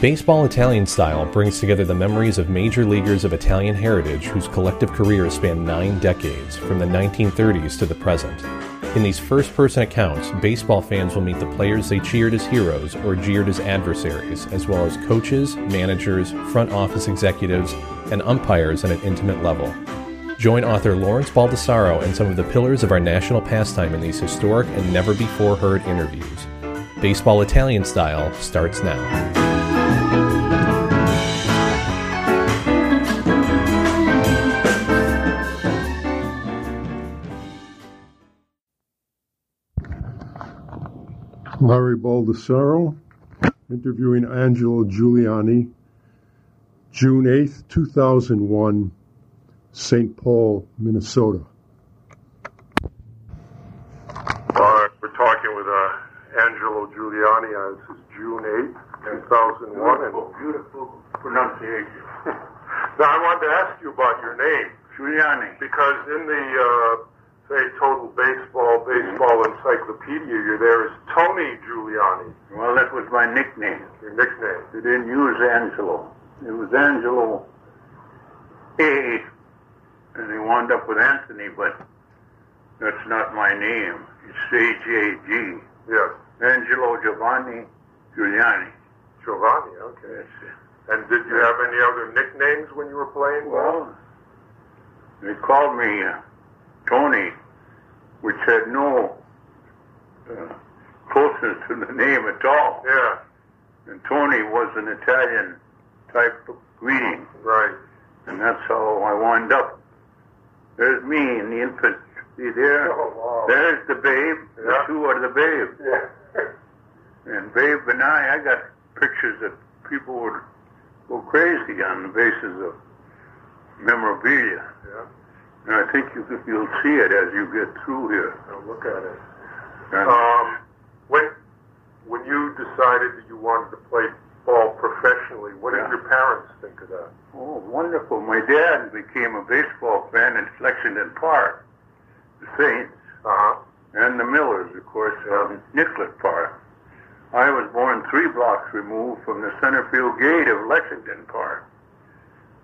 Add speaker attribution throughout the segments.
Speaker 1: Baseball Italian Style brings together the memories of major leaguers of Italian heritage whose collective careers span nine decades, from the 1930s to the present. In these first person accounts, baseball fans will meet the players they cheered as heroes or jeered as adversaries, as well as coaches, managers, front office executives, and umpires at an intimate level. Join author Lawrence Baldessaro and some of the pillars of our national pastime in these historic and never before heard interviews. Baseball Italian Style starts now.
Speaker 2: Larry Baldessaro interviewing Angelo Giuliani, June 8th, 2001, St. Paul, Minnesota.
Speaker 3: Uh, we're talking with uh, Angelo Giuliani. Uh, this is June 8th, 2001.
Speaker 4: Beautiful,
Speaker 3: And,
Speaker 4: beautiful pronunciation.
Speaker 3: now, I wanted to ask you about your name,
Speaker 4: Giuliani.
Speaker 3: because in the, uh, say, Total Baseball, Baseball Encyclopedia, you're there is Tony Giuliani,
Speaker 4: Well, that was my nickname.
Speaker 3: your nickname.
Speaker 4: They didn't use Angelo. It was Angelo A. And they wound up with Anthony, but that's not my name. It's A.J.G.
Speaker 3: Yes,
Speaker 4: Angelo Giovanni Giuliani.
Speaker 3: Giovanni, okay.
Speaker 4: That's it.
Speaker 3: And did you have any other nicknames when you were playing?
Speaker 4: Well, they called me uh, Tony, which had no uh, closeness to the name at all.
Speaker 3: Yeah,
Speaker 4: And Tony was an Italian type of greeting,
Speaker 3: right.
Speaker 4: and that's how I wound up. There's me in the infantry there.
Speaker 3: Oh, wow.
Speaker 4: There's the babe. The
Speaker 3: Yeah.
Speaker 4: two are the babe.
Speaker 3: Yeah.
Speaker 4: And babe and I, I got pictures that people would go crazy on the basis of memorabilia.
Speaker 3: yeah.
Speaker 4: And I think you, could- you'll see it as you get through here.
Speaker 3: Now look at it.
Speaker 4: And
Speaker 3: Um, when when you decided that you wanted to play ball professionally, what
Speaker 4: Yeah.
Speaker 3: did your parents think of that?
Speaker 4: Oh, wonderful. My dad became a baseball fan in Lexington Park, the Saints,
Speaker 3: Uh huh.
Speaker 4: and the Millers, of course,
Speaker 3: Uh-huh.
Speaker 4: on Nicollet Park. I was born three blocks removed from the center field gate of Lexington Park.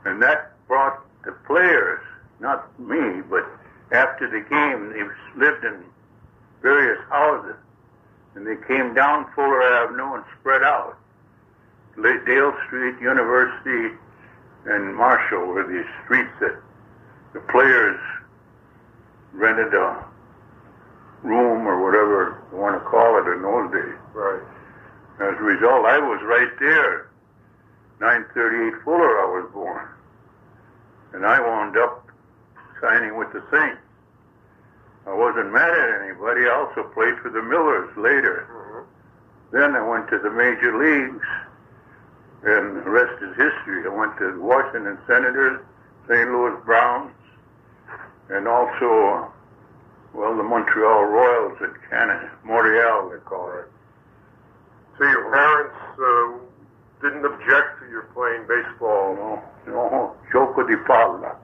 Speaker 4: And that brought the players, not me, but after the game, they lived in various houses. And they came down Fuller Avenue and spread out. La- Dale Street, University, and Marshall were these streets that the players rented a room or whatever you want to call it in those days.
Speaker 3: Right.
Speaker 4: As a result, I was right there. 938 Fuller, I was born. And I wound up signing with the Saints. I wasn't mad at anybody. I also played for the Millers later.
Speaker 3: Mm-hmm.
Speaker 4: Then I went to the major leagues, and the rest is history. I went to Washington Senators, St. Louis Browns, and also, well, the Montreal Royals at Canada, Montreal, they call it.
Speaker 3: So your parents uh, didn't object to your playing baseball.
Speaker 4: No, no, gioco di palla,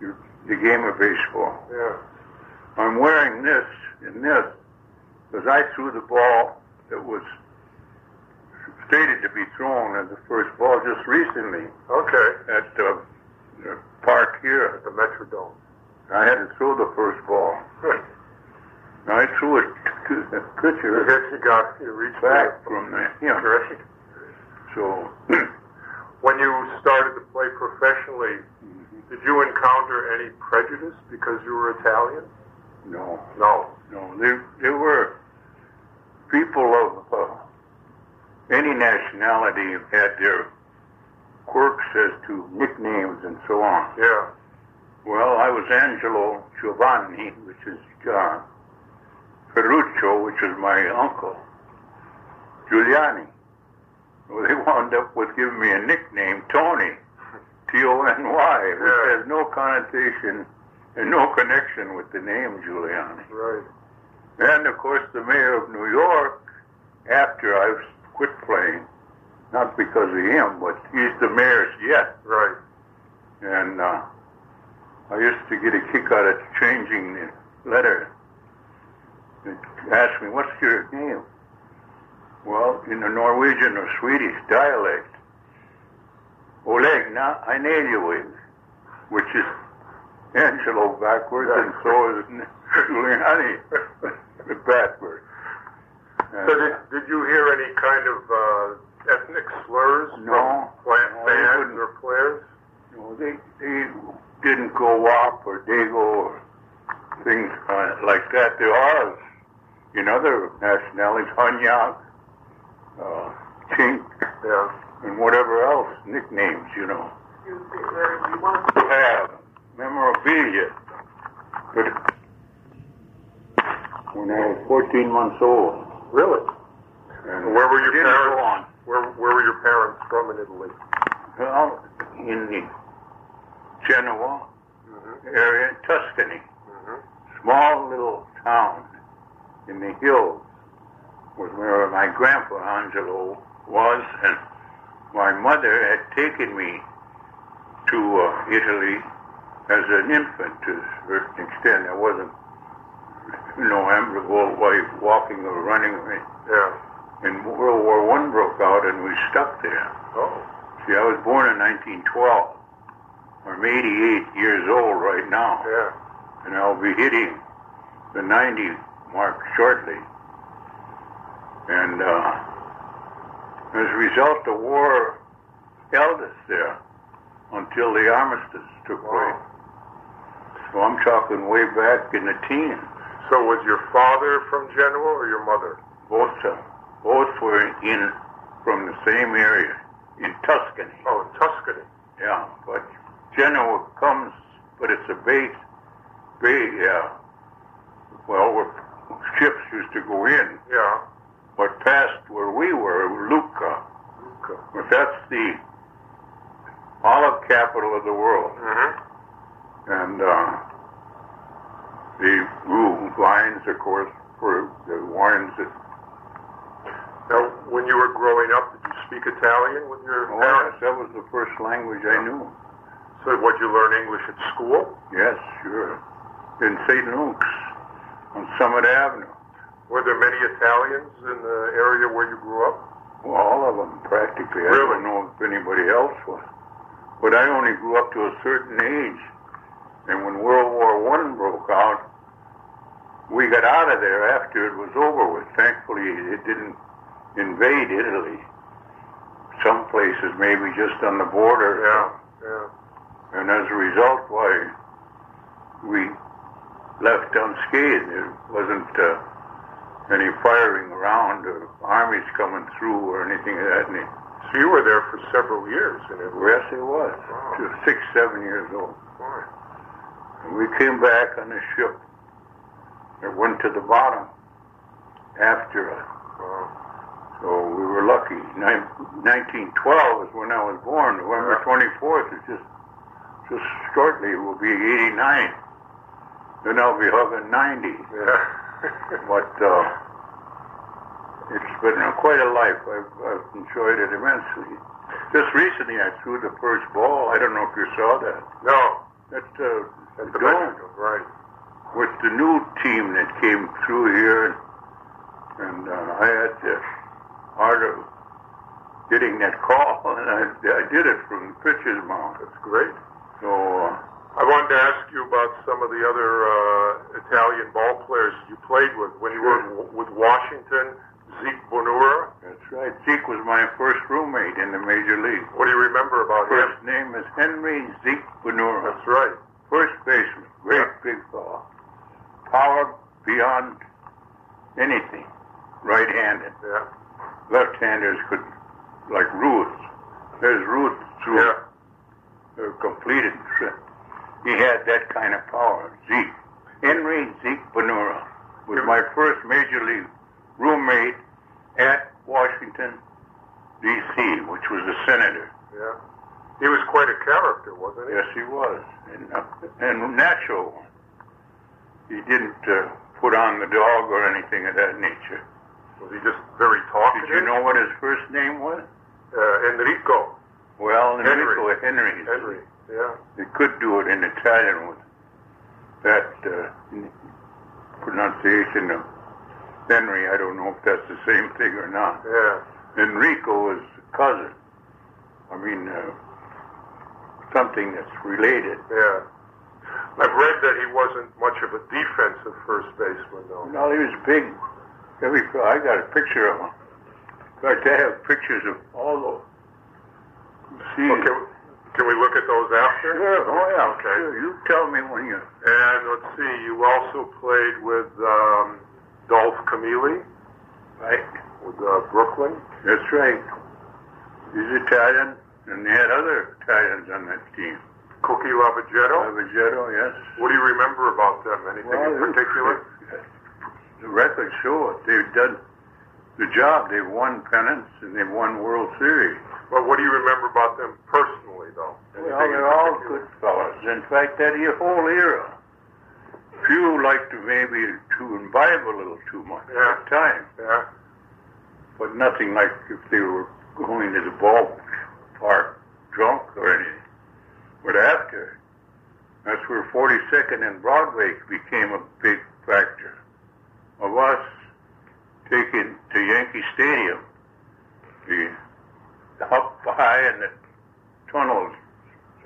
Speaker 4: You- the game of baseball.
Speaker 3: Mm-hmm. Yeah.
Speaker 4: I'm wearing this and this because I threw the ball that was stated to be thrown as the first ball just recently
Speaker 3: Okay.
Speaker 4: at the the park here.
Speaker 3: At the Metrodome.
Speaker 4: I had to throw the first ball.
Speaker 3: Good.
Speaker 4: And I threw it to the
Speaker 3: I
Speaker 4: pitcher
Speaker 3: guess you got you reached
Speaker 4: back
Speaker 3: that.
Speaker 4: from the him.
Speaker 3: Great.
Speaker 4: So
Speaker 3: When you started to play professionally,
Speaker 4: Mm-hmm.
Speaker 3: did you encounter any prejudice because you were Italian?
Speaker 4: no.
Speaker 3: No.
Speaker 4: No, there, there were people of uh, any nationality have had their quirks as to nicknames and so on.
Speaker 3: Yeah.
Speaker 4: Well, I was Angelo Giovanni, which is John. Ferruccio, which is my uncle. Giuliani. Well, they wound up with giving me a nickname, Tony. T-O-N-Y, which
Speaker 3: Yeah.
Speaker 4: has no connotation and no connection with the name Giuliani.
Speaker 3: Right.
Speaker 4: And of course, the mayor of New York, after I quit playing, not because of him, but he's the mayor's yet.
Speaker 3: Right.
Speaker 4: And uh, I used to get a kick out of changing the letter. They asked me, "What's your name?" Well, in the Norwegian or Swedish dialect, Oleg na Eineliewicz, which is Angelo backwards and so is Giuliani backwards.
Speaker 3: So did, did you hear any kind of uh, ethnic slurs
Speaker 4: No,
Speaker 3: from plant
Speaker 4: no, I
Speaker 3: fans
Speaker 4: wouldn't.
Speaker 3: or players?
Speaker 4: You know, they, they didn't go up or dago or things uh, like that. There are in other nationalities, Hunyak, uh, Chink,
Speaker 3: Yeah.
Speaker 4: and whatever else, nicknames, you know. have memorabilia. But when I was 14 months old.
Speaker 3: Really?
Speaker 4: And
Speaker 3: Where were your
Speaker 4: didn't
Speaker 3: parents?
Speaker 4: go on.
Speaker 3: Where Where were your parents from in Italy?
Speaker 4: Well, in the Genoa
Speaker 3: Mm-hmm.
Speaker 4: area, in Tuscany. Small little town in the hills was where my grandpa Angelo was, and my mother had taken me to uh, Italy as an infant to a certain extent. I wasn't, you know, amiable wife walking or running. uh,
Speaker 3: Yeah.
Speaker 4: And World War One broke out, and we stuck there.
Speaker 3: Oh.
Speaker 4: See, I was born in 1912. I'm 88 years old right now,
Speaker 3: Yeah.
Speaker 4: and I'll be hitting the 90 mark shortly. And uh, as a result, the war held us there until the armistice took
Speaker 3: Wow.
Speaker 4: place. So I'm talking way back in the teens.
Speaker 3: So was your father from Genoa or your mother?
Speaker 4: Both, uh, both were in from the same area in Tuscany.
Speaker 3: Oh, in Tuscany.
Speaker 4: Yeah, but Genoa comes, but it's a base. Bay, yeah. Well, where ships used to go in,
Speaker 3: Yeah.
Speaker 4: but past where we were, Lucca. But that's the olive capital of the world,
Speaker 3: Mm-hmm.
Speaker 4: and uh, the grew vines, of course, for the wines that
Speaker 3: Now, when you were growing up, did you speak Italian with your
Speaker 4: oh, yes,
Speaker 3: parents?
Speaker 4: that was the first language I knew.
Speaker 3: So, what you learn English at school?
Speaker 4: Yes, sure. In St. Luke's on Summit Avenue.
Speaker 3: Were there many Italians in the area where you grew up?
Speaker 4: Well, all of them practically. I don't
Speaker 3: Really?
Speaker 4: know if anybody else was. But I only grew up to a certain age. And when World War One broke out, we got out of there after it was over with. Thankfully, it didn't invade Italy. Some places maybe just on the border.
Speaker 3: Yeah, yeah.
Speaker 4: And as a result, why we left unscathed. There wasn't uh, any firing around or armies coming through or anything of that nature.
Speaker 3: So you were there for several years in Italy.
Speaker 4: Yes, it was.
Speaker 3: Wow.
Speaker 4: She was six, seven years old.
Speaker 3: Boy.
Speaker 4: And we came back on a ship that went to the bottom after us.
Speaker 3: Wow.
Speaker 4: So we were lucky. Nin- 1912 is when I was born. November 24th is just just shortly will be 89. Then I'll be hugging 90.
Speaker 3: Yeah.
Speaker 4: But uh, it's been quite a life. I've, I've enjoyed it immensely. Just recently, I threw the first ball. I don't know if you saw that.
Speaker 3: no,
Speaker 4: That uh,
Speaker 3: at the
Speaker 4: dome
Speaker 3: Mexico, right.
Speaker 4: with the new team that came through here, and uh, I had the art of getting that call, and I, I did it from the pitcher's mound.
Speaker 3: That's great.
Speaker 4: So uh,
Speaker 3: I wanted to ask you about some of the other uh, Italian ball players you played with. When you were with Washington, Zeke Bonura,
Speaker 4: that's right. Zeke was my first roommate in the major league.
Speaker 3: what do you remember about him?
Speaker 4: First name is Henry Zeke Benura.
Speaker 3: That's right.
Speaker 4: First baseman, great big fella, power beyond anything, right-handed.
Speaker 3: Yeah.
Speaker 4: left-handers could, like Ruth. There's Ruth through
Speaker 3: Yeah.
Speaker 4: a completed trip. He had that kind of power. Zeke. Henry Zeke Benura was my first major league roommate at Washington, D.C., which was a senator.
Speaker 3: Yeah. He was quite a character, wasn't he?
Speaker 4: Yes, he was. And, uh, and natural one. He didn't uh, put on the dog or anything of that nature.
Speaker 3: Was he just very
Speaker 4: Did
Speaker 3: talkative?
Speaker 4: you know what his first name was?
Speaker 3: Uh, Enrico.
Speaker 4: Well,
Speaker 3: Henry.
Speaker 4: Enrico Henry.
Speaker 3: Henry. Yeah.
Speaker 4: They could do it in Italian with that uh, pronunciation of Henry, I don't know if that's the same thing or not.
Speaker 3: Yeah.
Speaker 4: Enrico is cousin. I mean, uh, something that's related.
Speaker 3: Yeah. I've read that he wasn't much of a defensive first baseman, though.
Speaker 4: No, he was big. Every I got a picture of him. In fact, I have pictures of all those. See,
Speaker 3: Well, can, can we look at those after?
Speaker 4: Sure, oh yeah,
Speaker 3: Okay.
Speaker 4: sure. You tell me when you.
Speaker 3: And let's see, you also played with um, Dolph Camilli
Speaker 4: Right.
Speaker 3: with uh, Brooklyn.
Speaker 4: That's right. He's Italian, and they had other Italians on that team.
Speaker 3: Cookie Lavagetto.
Speaker 4: Lavagetto, yes.
Speaker 3: What do you remember about them? Anything in
Speaker 4: Well,
Speaker 3: particular?
Speaker 4: The records show it. They've done the job. They've won pennants and they've won World Series.
Speaker 3: Well, what do you remember about them personally, though?
Speaker 4: Well,
Speaker 3: Anything in
Speaker 4: they're all
Speaker 3: particular?
Speaker 4: good fellows. In fact, that e- whole era. Few like to maybe to imbibe a little too much
Speaker 3: Yeah.
Speaker 4: at times,
Speaker 3: Yeah.
Speaker 4: but nothing like if they were going to the ballpark drunk or anything. But after, that's where 42nd and Broadway became a big factor of us taking to Yankee Stadium, the up high and the tunnels,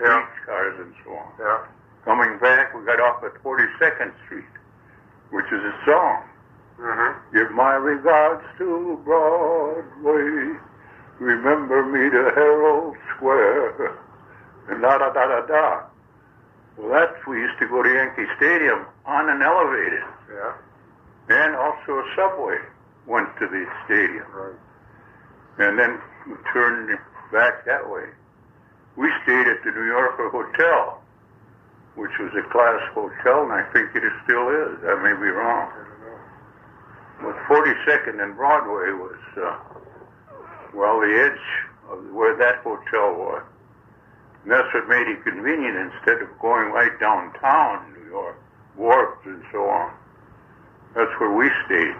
Speaker 3: Yeah.
Speaker 4: street cars and so on.
Speaker 3: Yeah.
Speaker 4: Coming back, we got off at 42nd Street, which is a song.
Speaker 3: Mm-hmm.
Speaker 4: Give my regards to Broadway. Remember me to Herald Square. And da da da da da. Well, that's we used to go to Yankee Stadium on an elevated,
Speaker 3: Yeah.
Speaker 4: and also a subway went to the stadium,
Speaker 3: Right.
Speaker 4: and then we turned back that way. We stayed at the New Yorker Hotel, which was a class hotel, and I think it is still is. I may be wrong.
Speaker 3: I don't know.
Speaker 4: Well, 42nd and Broadway was, uh, well, the edge of where that hotel was. And that's what made it convenient instead of going right downtown New York, wharfs and so on. That's where we stayed.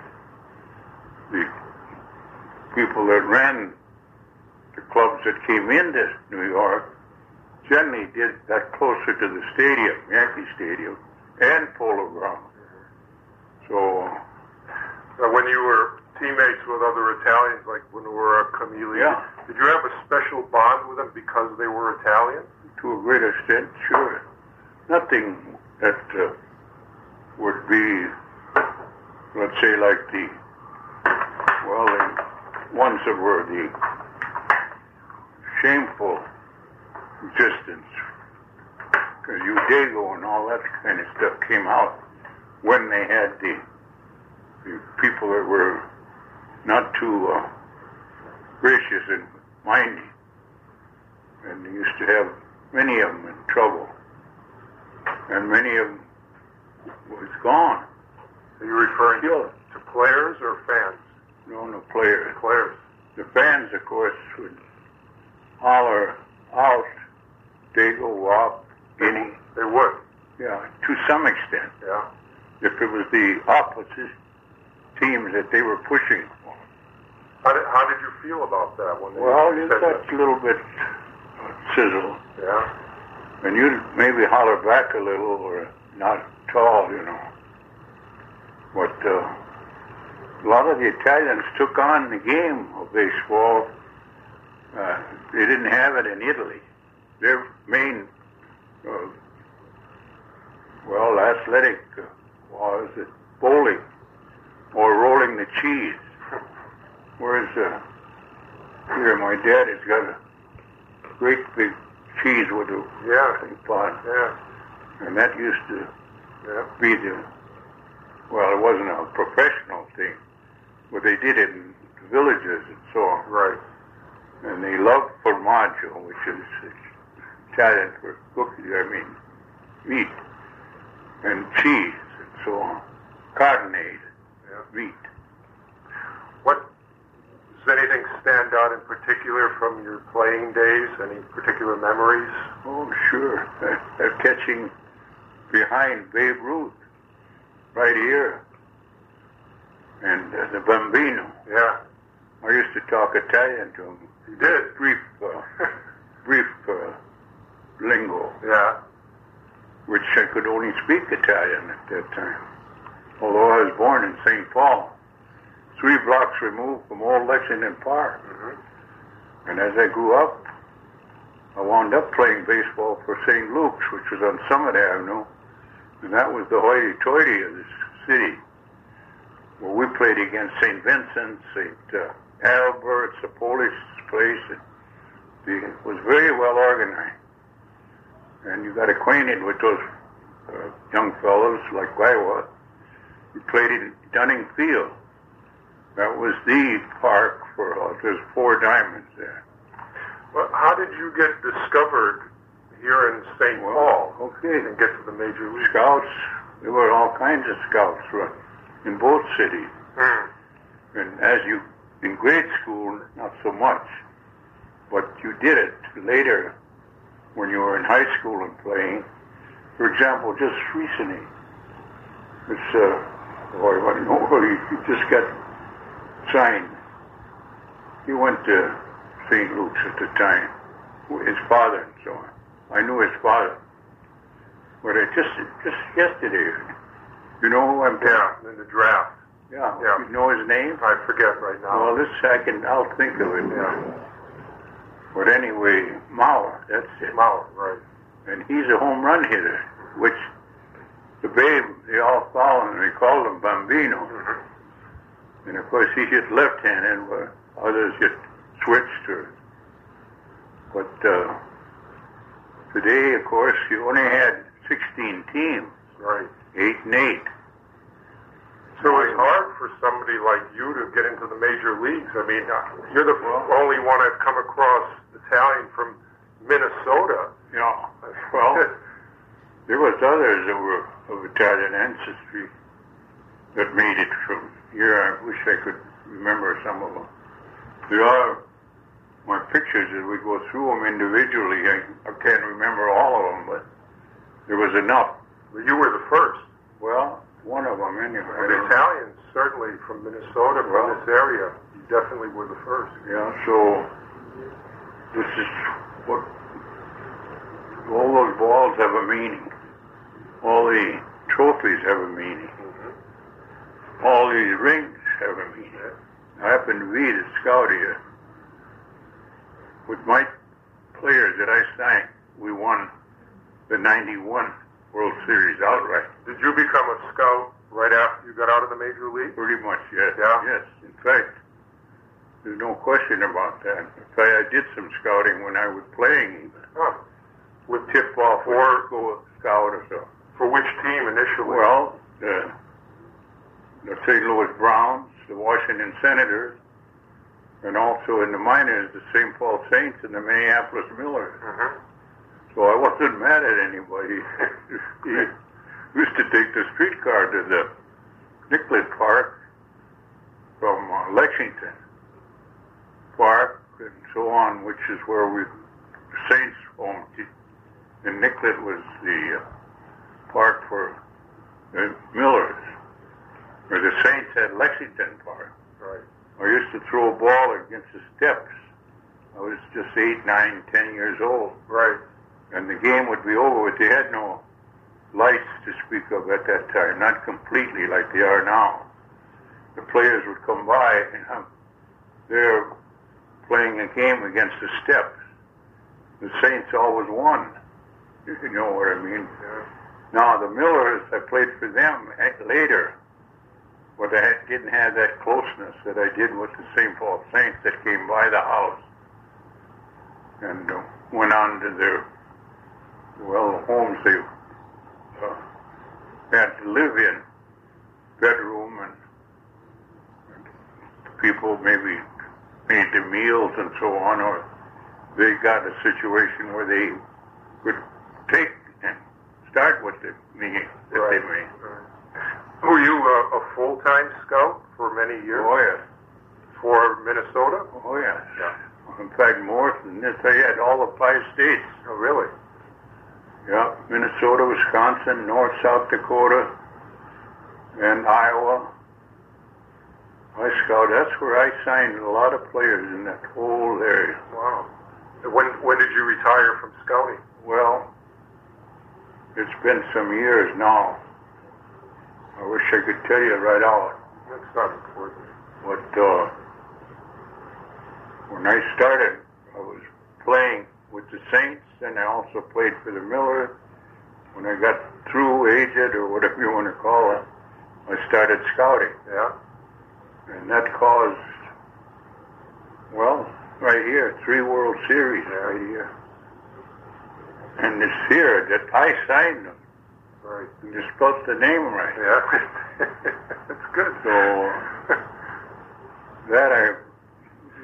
Speaker 4: The people that ran the clubs that came into New York generally did that closer to the stadium, Yankee Stadium, and Polo Ground. So, uh,
Speaker 3: Now, when you were teammates with other Italians like Venura, Camilli,
Speaker 4: Yeah.
Speaker 3: did you have a special bond with them because they were Italian?
Speaker 4: to a great extent, sure. Nothing that uh, would be, let's say, like the, well, the ones that were the shameful existence. 'Cause Udago and all that kind of stuff came out when they had the, the people that were not too uh, gracious and minded and they used to have many of them in trouble, and many of them was gone,
Speaker 3: Are you referring
Speaker 4: killed.
Speaker 3: to players or fans?
Speaker 4: No, no players.
Speaker 3: Players.
Speaker 4: The fans, of course, would holler out, "Dago, Wop, Guinea."
Speaker 3: They would.
Speaker 4: Yeah, to some extent,
Speaker 3: Yeah.
Speaker 4: if it was the opposite teams that they were pushing for.
Speaker 3: How did, how did you feel about that when they
Speaker 4: Well, you
Speaker 3: said
Speaker 4: got
Speaker 3: that?
Speaker 4: a little bit uh, sizzle.
Speaker 3: Yeah.
Speaker 4: And you'd maybe holler back a little or not at all, you know. But uh, a lot of the Italians took on the game of baseball. Uh, they didn't have it in Italy. Their main, uh, well, athletic uh, was it bowling or rolling the cheese. Whereas uh, here, my dad has got a great big cheese with a
Speaker 3: Yeah.
Speaker 4: melting pot,
Speaker 3: Yeah.
Speaker 4: and that used to
Speaker 3: Yeah.
Speaker 4: be the well, it wasn't a professional thing, but they did it in villages and so on.
Speaker 3: Right.
Speaker 4: And they loved formaggio, which is Italian for cookies, I mean meat, and cheese and so on, carnate,
Speaker 3: Yeah.
Speaker 4: meat.
Speaker 3: What does anything stand out in particular from your playing days? Any particular memories?
Speaker 4: Oh, sure. They're catching behind Babe Ruth, right here, and uh, the Bambino.
Speaker 3: Yeah.
Speaker 4: I used to talk Italian to him.
Speaker 3: You did.
Speaker 4: Brief, uh, brief uh, lingo,
Speaker 3: Yeah.
Speaker 4: which I could only speak Italian at that time. Although I was born in St. Paul, three blocks removed from all Lexington Park.
Speaker 3: Mm-hmm.
Speaker 4: And as I grew up, I wound up playing baseball for St. Luke's, which was on Summit Avenue, and that was the hoity-toity of this city. Well, we played against St. Vincent, St. Uh, Albert's, a Polish place. It, it was very well organized. And you got acquainted with those uh, young fellows like I was. We played in Dunning Field. That was the park for uh, there's four diamonds there.
Speaker 3: Well, how did you get discovered here in St. Paul
Speaker 4: Okay,
Speaker 3: and get to the major league?
Speaker 4: scouts. There were all kinds of scouts uh, in both cities.
Speaker 3: Mm.
Speaker 4: And as you, in grade school, not so much, but you did it later when you were in high school and playing. For example, just recently, this, uh, boy, what an over, he, he just got signed. He went to St. Luke's at the time, with his father and so on. I knew his father. But I just, just yesterday, you know who I'm talking
Speaker 3: Yeah, in the draft.
Speaker 4: Yeah.
Speaker 3: Yeah.
Speaker 4: You know his name?
Speaker 3: I forget right now.
Speaker 4: Well, this I can, I'll think of it now. But anyway, Mauer, that's it.
Speaker 3: Mauer, right.
Speaker 4: And he's a home run hitter, which the babe, they all follow him. They call him Bambino. And of course, he hit left-handed, where uh, others just switched to But uh, today, of course, you only had 16 teams,
Speaker 3: Right.
Speaker 4: eight and eight.
Speaker 3: So it's hard for somebody like you to get into the major leagues. I mean, uh, you're the
Speaker 4: Well-
Speaker 3: only one I've come across Italian from Minnesota.
Speaker 4: Yeah. Well. There was others that were of Italian ancestry that made it from here. I wish I could remember some of them. There are my pictures as we go through them individually. I, I can't remember all of them, but there was enough.
Speaker 3: But you were the first.
Speaker 4: Well, one of them anyway. I
Speaker 3: And
Speaker 4: don't-
Speaker 3: Italians, certainly from Minnesota, from
Speaker 4: Well-
Speaker 3: this area, you definitely were the first.
Speaker 4: Yeah, so this is what all those balls have a meaning. All the trophies have a meaning. All these rings have a meaning. I happen to be the scout here. With my players that I signed, we won the 91 World Series outright.
Speaker 3: Did you become a scout right after you got out of the major league?
Speaker 4: Pretty much, yes.
Speaker 3: Yeah.
Speaker 4: Yes, in fact, there's no question about that. In fact, I did some scouting when I was playing even.
Speaker 3: Huh. With
Speaker 4: Tip off
Speaker 3: Or-
Speaker 4: or go scout or so.
Speaker 3: for which team initially?
Speaker 4: Well, uh, the, the St. Louis Browns, the Washington Senators, and also in the minors, the St. Paul Saints and the Minneapolis Millers.
Speaker 3: Mhm.
Speaker 4: So I wasn't mad at anybody. he used to take the streetcar to the Nicollet Park from uh, Lexington Park and so on, which is where we Saints home. te- And Nicollet was the uh, park for the Millers, where the Saints had Lexington Park.
Speaker 3: Right.
Speaker 4: I used to throw a ball against the steps. I was just eight, nine, ten years old
Speaker 3: Right.
Speaker 4: and the game would be over. But they had no lights to speak of at that time, not completely like they are now. The players would come by, and um, they're playing a game against the steps. The Saints always won, if you know what I mean. Now the Millers, I played for them at- later, but I had- didn't have that closeness that I did with the St. Paul Saints that came by the house and uh, went on to their well homes they uh, had to live in, bedroom and people maybe made their meals and so on, or they got a situation where they could take and start with the meal that
Speaker 3: Right.
Speaker 4: they made.
Speaker 3: Were you a, a full-time scout for many years
Speaker 4: Oh yes,
Speaker 3: for Minnesota?
Speaker 4: oh yes. In fact, more than this, they had all the five states.
Speaker 3: Oh, really?
Speaker 4: Yeah, Minnesota, Wisconsin, North, South Dakota, and Iowa. I scout. That's where I signed a lot of players in that whole area.
Speaker 3: Wow. When when did you retire from scouting?
Speaker 4: Well, it's been some years now. I wish I could tell you right out.
Speaker 3: That's not important.
Speaker 4: But uh, when I started, I was playing with the Saints, and I also played for the Miller. When I got through aged or whatever you want to call it, I started scouting,
Speaker 3: Yeah.
Speaker 4: and that caused, well, right here, three World Series right here. And it's here that I signed them.
Speaker 3: Right.
Speaker 4: And you spelled the name right.
Speaker 3: Yeah. That's good.
Speaker 4: So that I'm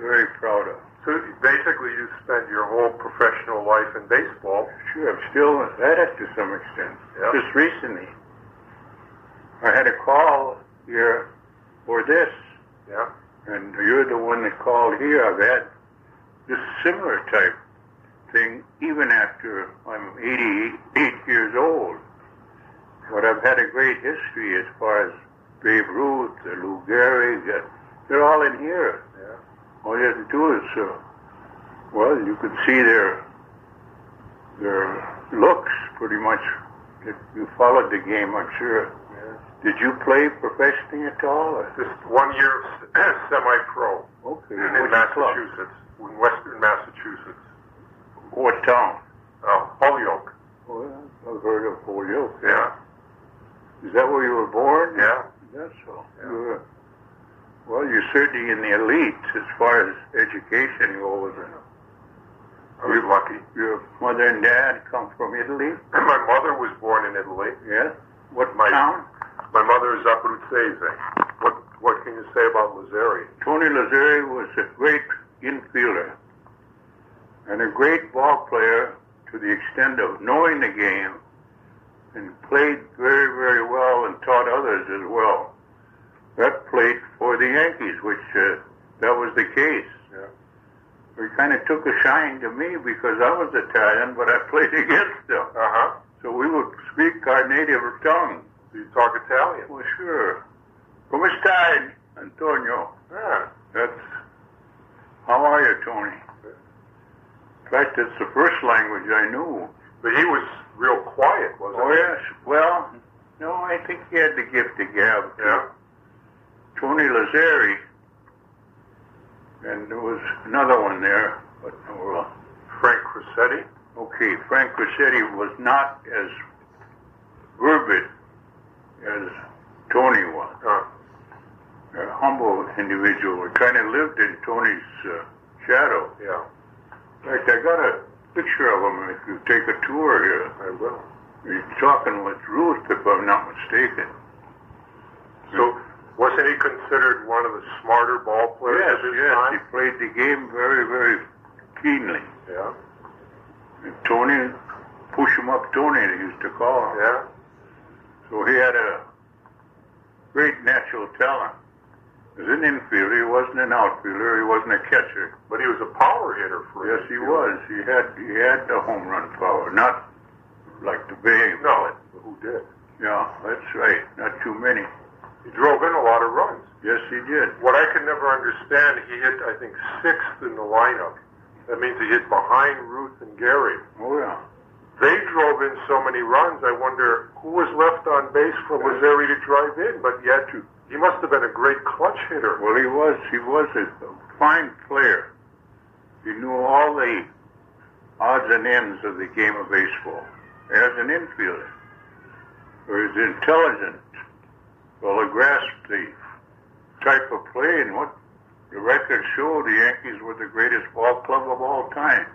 Speaker 4: very proud of.
Speaker 3: So basically, you spent your whole professional life in baseball.
Speaker 4: Sure, I'm still at it to some extent.
Speaker 3: Yeah.
Speaker 4: Just recently, I had a call here for this,
Speaker 3: Yeah.
Speaker 4: and you're the one that called here. I've had this similar type thing even after I'm 88 years old. But I've had a great history as far as Babe Ruth, and Lou Gehrig, uh, they're all in here.
Speaker 3: Yeah.
Speaker 4: All you have to do is, uh, well, you can see their their looks pretty much. If you followed the game, I'm sure.
Speaker 3: yeah.
Speaker 4: Did you play professionally at all? Or?
Speaker 3: Just one year of semi-pro
Speaker 4: Okay.
Speaker 3: in
Speaker 4: What club?
Speaker 3: Massachusetts, in Western Massachusetts,
Speaker 4: What town?
Speaker 3: uh, Holyoke.
Speaker 4: Well, I've heard of Holyoke.
Speaker 3: Yeah.
Speaker 4: Is that where you were born?
Speaker 3: Yeah.
Speaker 4: That's so.
Speaker 3: Yeah.
Speaker 4: You're, well, you're certainly in the elite as far as education goes. And
Speaker 3: I was lucky.
Speaker 4: Your mother and dad come from Italy?
Speaker 3: My mother was born in Italy.
Speaker 4: Yes. What
Speaker 3: My-
Speaker 4: town?
Speaker 3: My mother is Abruzzese. What What can you say about Lazari?
Speaker 4: Tony Lazzari was a great infielder and a great ball player to the extent of knowing the game and played very, very well and taught others as well. That played for the Yankees, which uh, that was the case.
Speaker 3: Yeah.
Speaker 4: He kind of took a shine to me because I was Italian, but I played against them.
Speaker 3: Uh huh.
Speaker 4: So we would speak our native tongue.
Speaker 3: You talk Italian.
Speaker 4: Well, sure. Come stai, Antonio?
Speaker 3: Yeah.
Speaker 4: That's how are you, Tony? In fact, it's the first language I knew.
Speaker 3: But he was real quiet, wasn't
Speaker 4: Oh
Speaker 3: he?
Speaker 4: yes. Well, no, I think he had the gift of gab. too.
Speaker 3: Yeah.
Speaker 4: Tony Lazzari, and there was another one there, but well,
Speaker 3: Frank Cressetti.
Speaker 4: okay. Frank Cressetti was not as verbid as Tony was.
Speaker 3: Uh,
Speaker 4: A humble individual, kind of lived in Tony's uh, shadow.
Speaker 3: yeah.
Speaker 4: In fact, I got a picture of him if you take a tour here.
Speaker 3: I will.
Speaker 4: He's talking with Ruth, if I'm not mistaken.
Speaker 3: So, wasn't he considered one of the smarter ball players
Speaker 4: yes,
Speaker 3: of his
Speaker 4: yes, he
Speaker 3: time?
Speaker 4: played the game very, very keenly.
Speaker 3: Yeah,
Speaker 4: And Tony, push him up Tony, they used to call him.
Speaker 3: yeah,
Speaker 4: So he had a great natural talent. As an infielder, he wasn't an outfielder, he wasn't a catcher.
Speaker 3: but he was a power hitter for
Speaker 4: Yes,
Speaker 3: his
Speaker 4: he
Speaker 3: field.
Speaker 4: was. He had he had the home run power, not like the Bay.
Speaker 3: No, who did?
Speaker 4: Yeah, that's right. Not too many.
Speaker 3: He drove in a lot of runs.
Speaker 4: Yes, he did.
Speaker 3: What I could never understand, he hit I think sixth in the lineup. That means he hit behind Ruth and Gary.
Speaker 4: Oh yeah.
Speaker 3: They drove in so many runs. I wonder who was left on base for Lazari to drive in. But yet, he must have been a great clutch hitter.
Speaker 4: Well, he was. He was a fine player. He knew all the odds and ends of the game of baseball as an infielder. He was intelligent. Well, he grasped the type of play and what the records show. The Yankees were the greatest ball club of all time.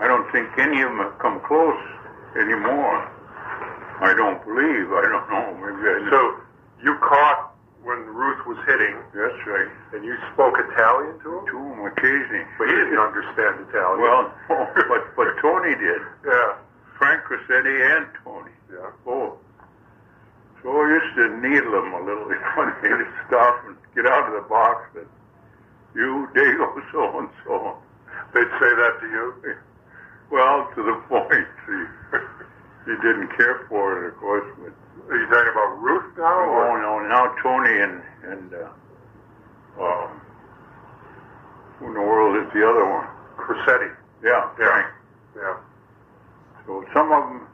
Speaker 4: I don't think any of them have come close anymore. I don't believe. I don't know. Maybe I
Speaker 3: So you caught when Ruth was hitting,
Speaker 4: that's right.
Speaker 3: and you spoke Italian to him.
Speaker 4: To him occasionally.
Speaker 3: But he didn't understand Italian.
Speaker 4: Well, no, but but Tony did.
Speaker 3: yeah,
Speaker 4: Frank Cressetti and Tony.
Speaker 3: yeah.
Speaker 4: Oh. So I used to needle him a little bit when they would stop and get out of the box and you, Dago, so and so.
Speaker 3: They'd say that to you.
Speaker 4: Well, to the point, he, he didn't care for it, of course, but
Speaker 3: Are you talking about Ruth now?
Speaker 4: Oh
Speaker 3: or-
Speaker 4: no! Now Tony and and uh, um, who in the world is the other one?
Speaker 3: Cressetti.
Speaker 4: Yeah, Frank.
Speaker 3: Yeah.
Speaker 4: So some of them,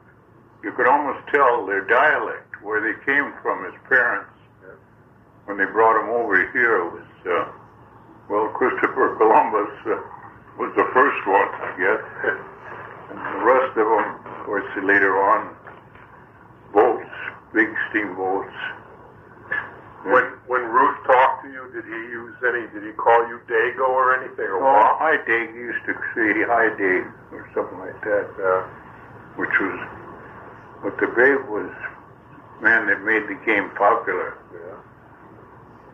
Speaker 4: you could almost tell their dialect, where they came from as parents.
Speaker 3: Yeah.
Speaker 4: When they brought them over here, it was uh, well, Christopher Columbus uh, was the first one, I guess. and the rest of them, of course, later on, boats, big steamboats.
Speaker 3: When when Ruth talked to you, did he use any? Did he call you Dago or anything? Or
Speaker 4: Oh,
Speaker 3: Walt?
Speaker 4: High Dig used to say High Dig or something like that, uh, which was, but the Brave was man that made the game popular.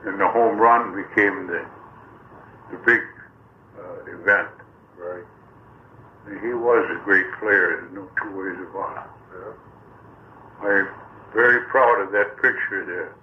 Speaker 4: And the home run became the the big uh, event.
Speaker 3: Right.
Speaker 4: And he was a great player. There's no two ways about it.
Speaker 3: Yeah.
Speaker 4: I'm very proud of that picture there.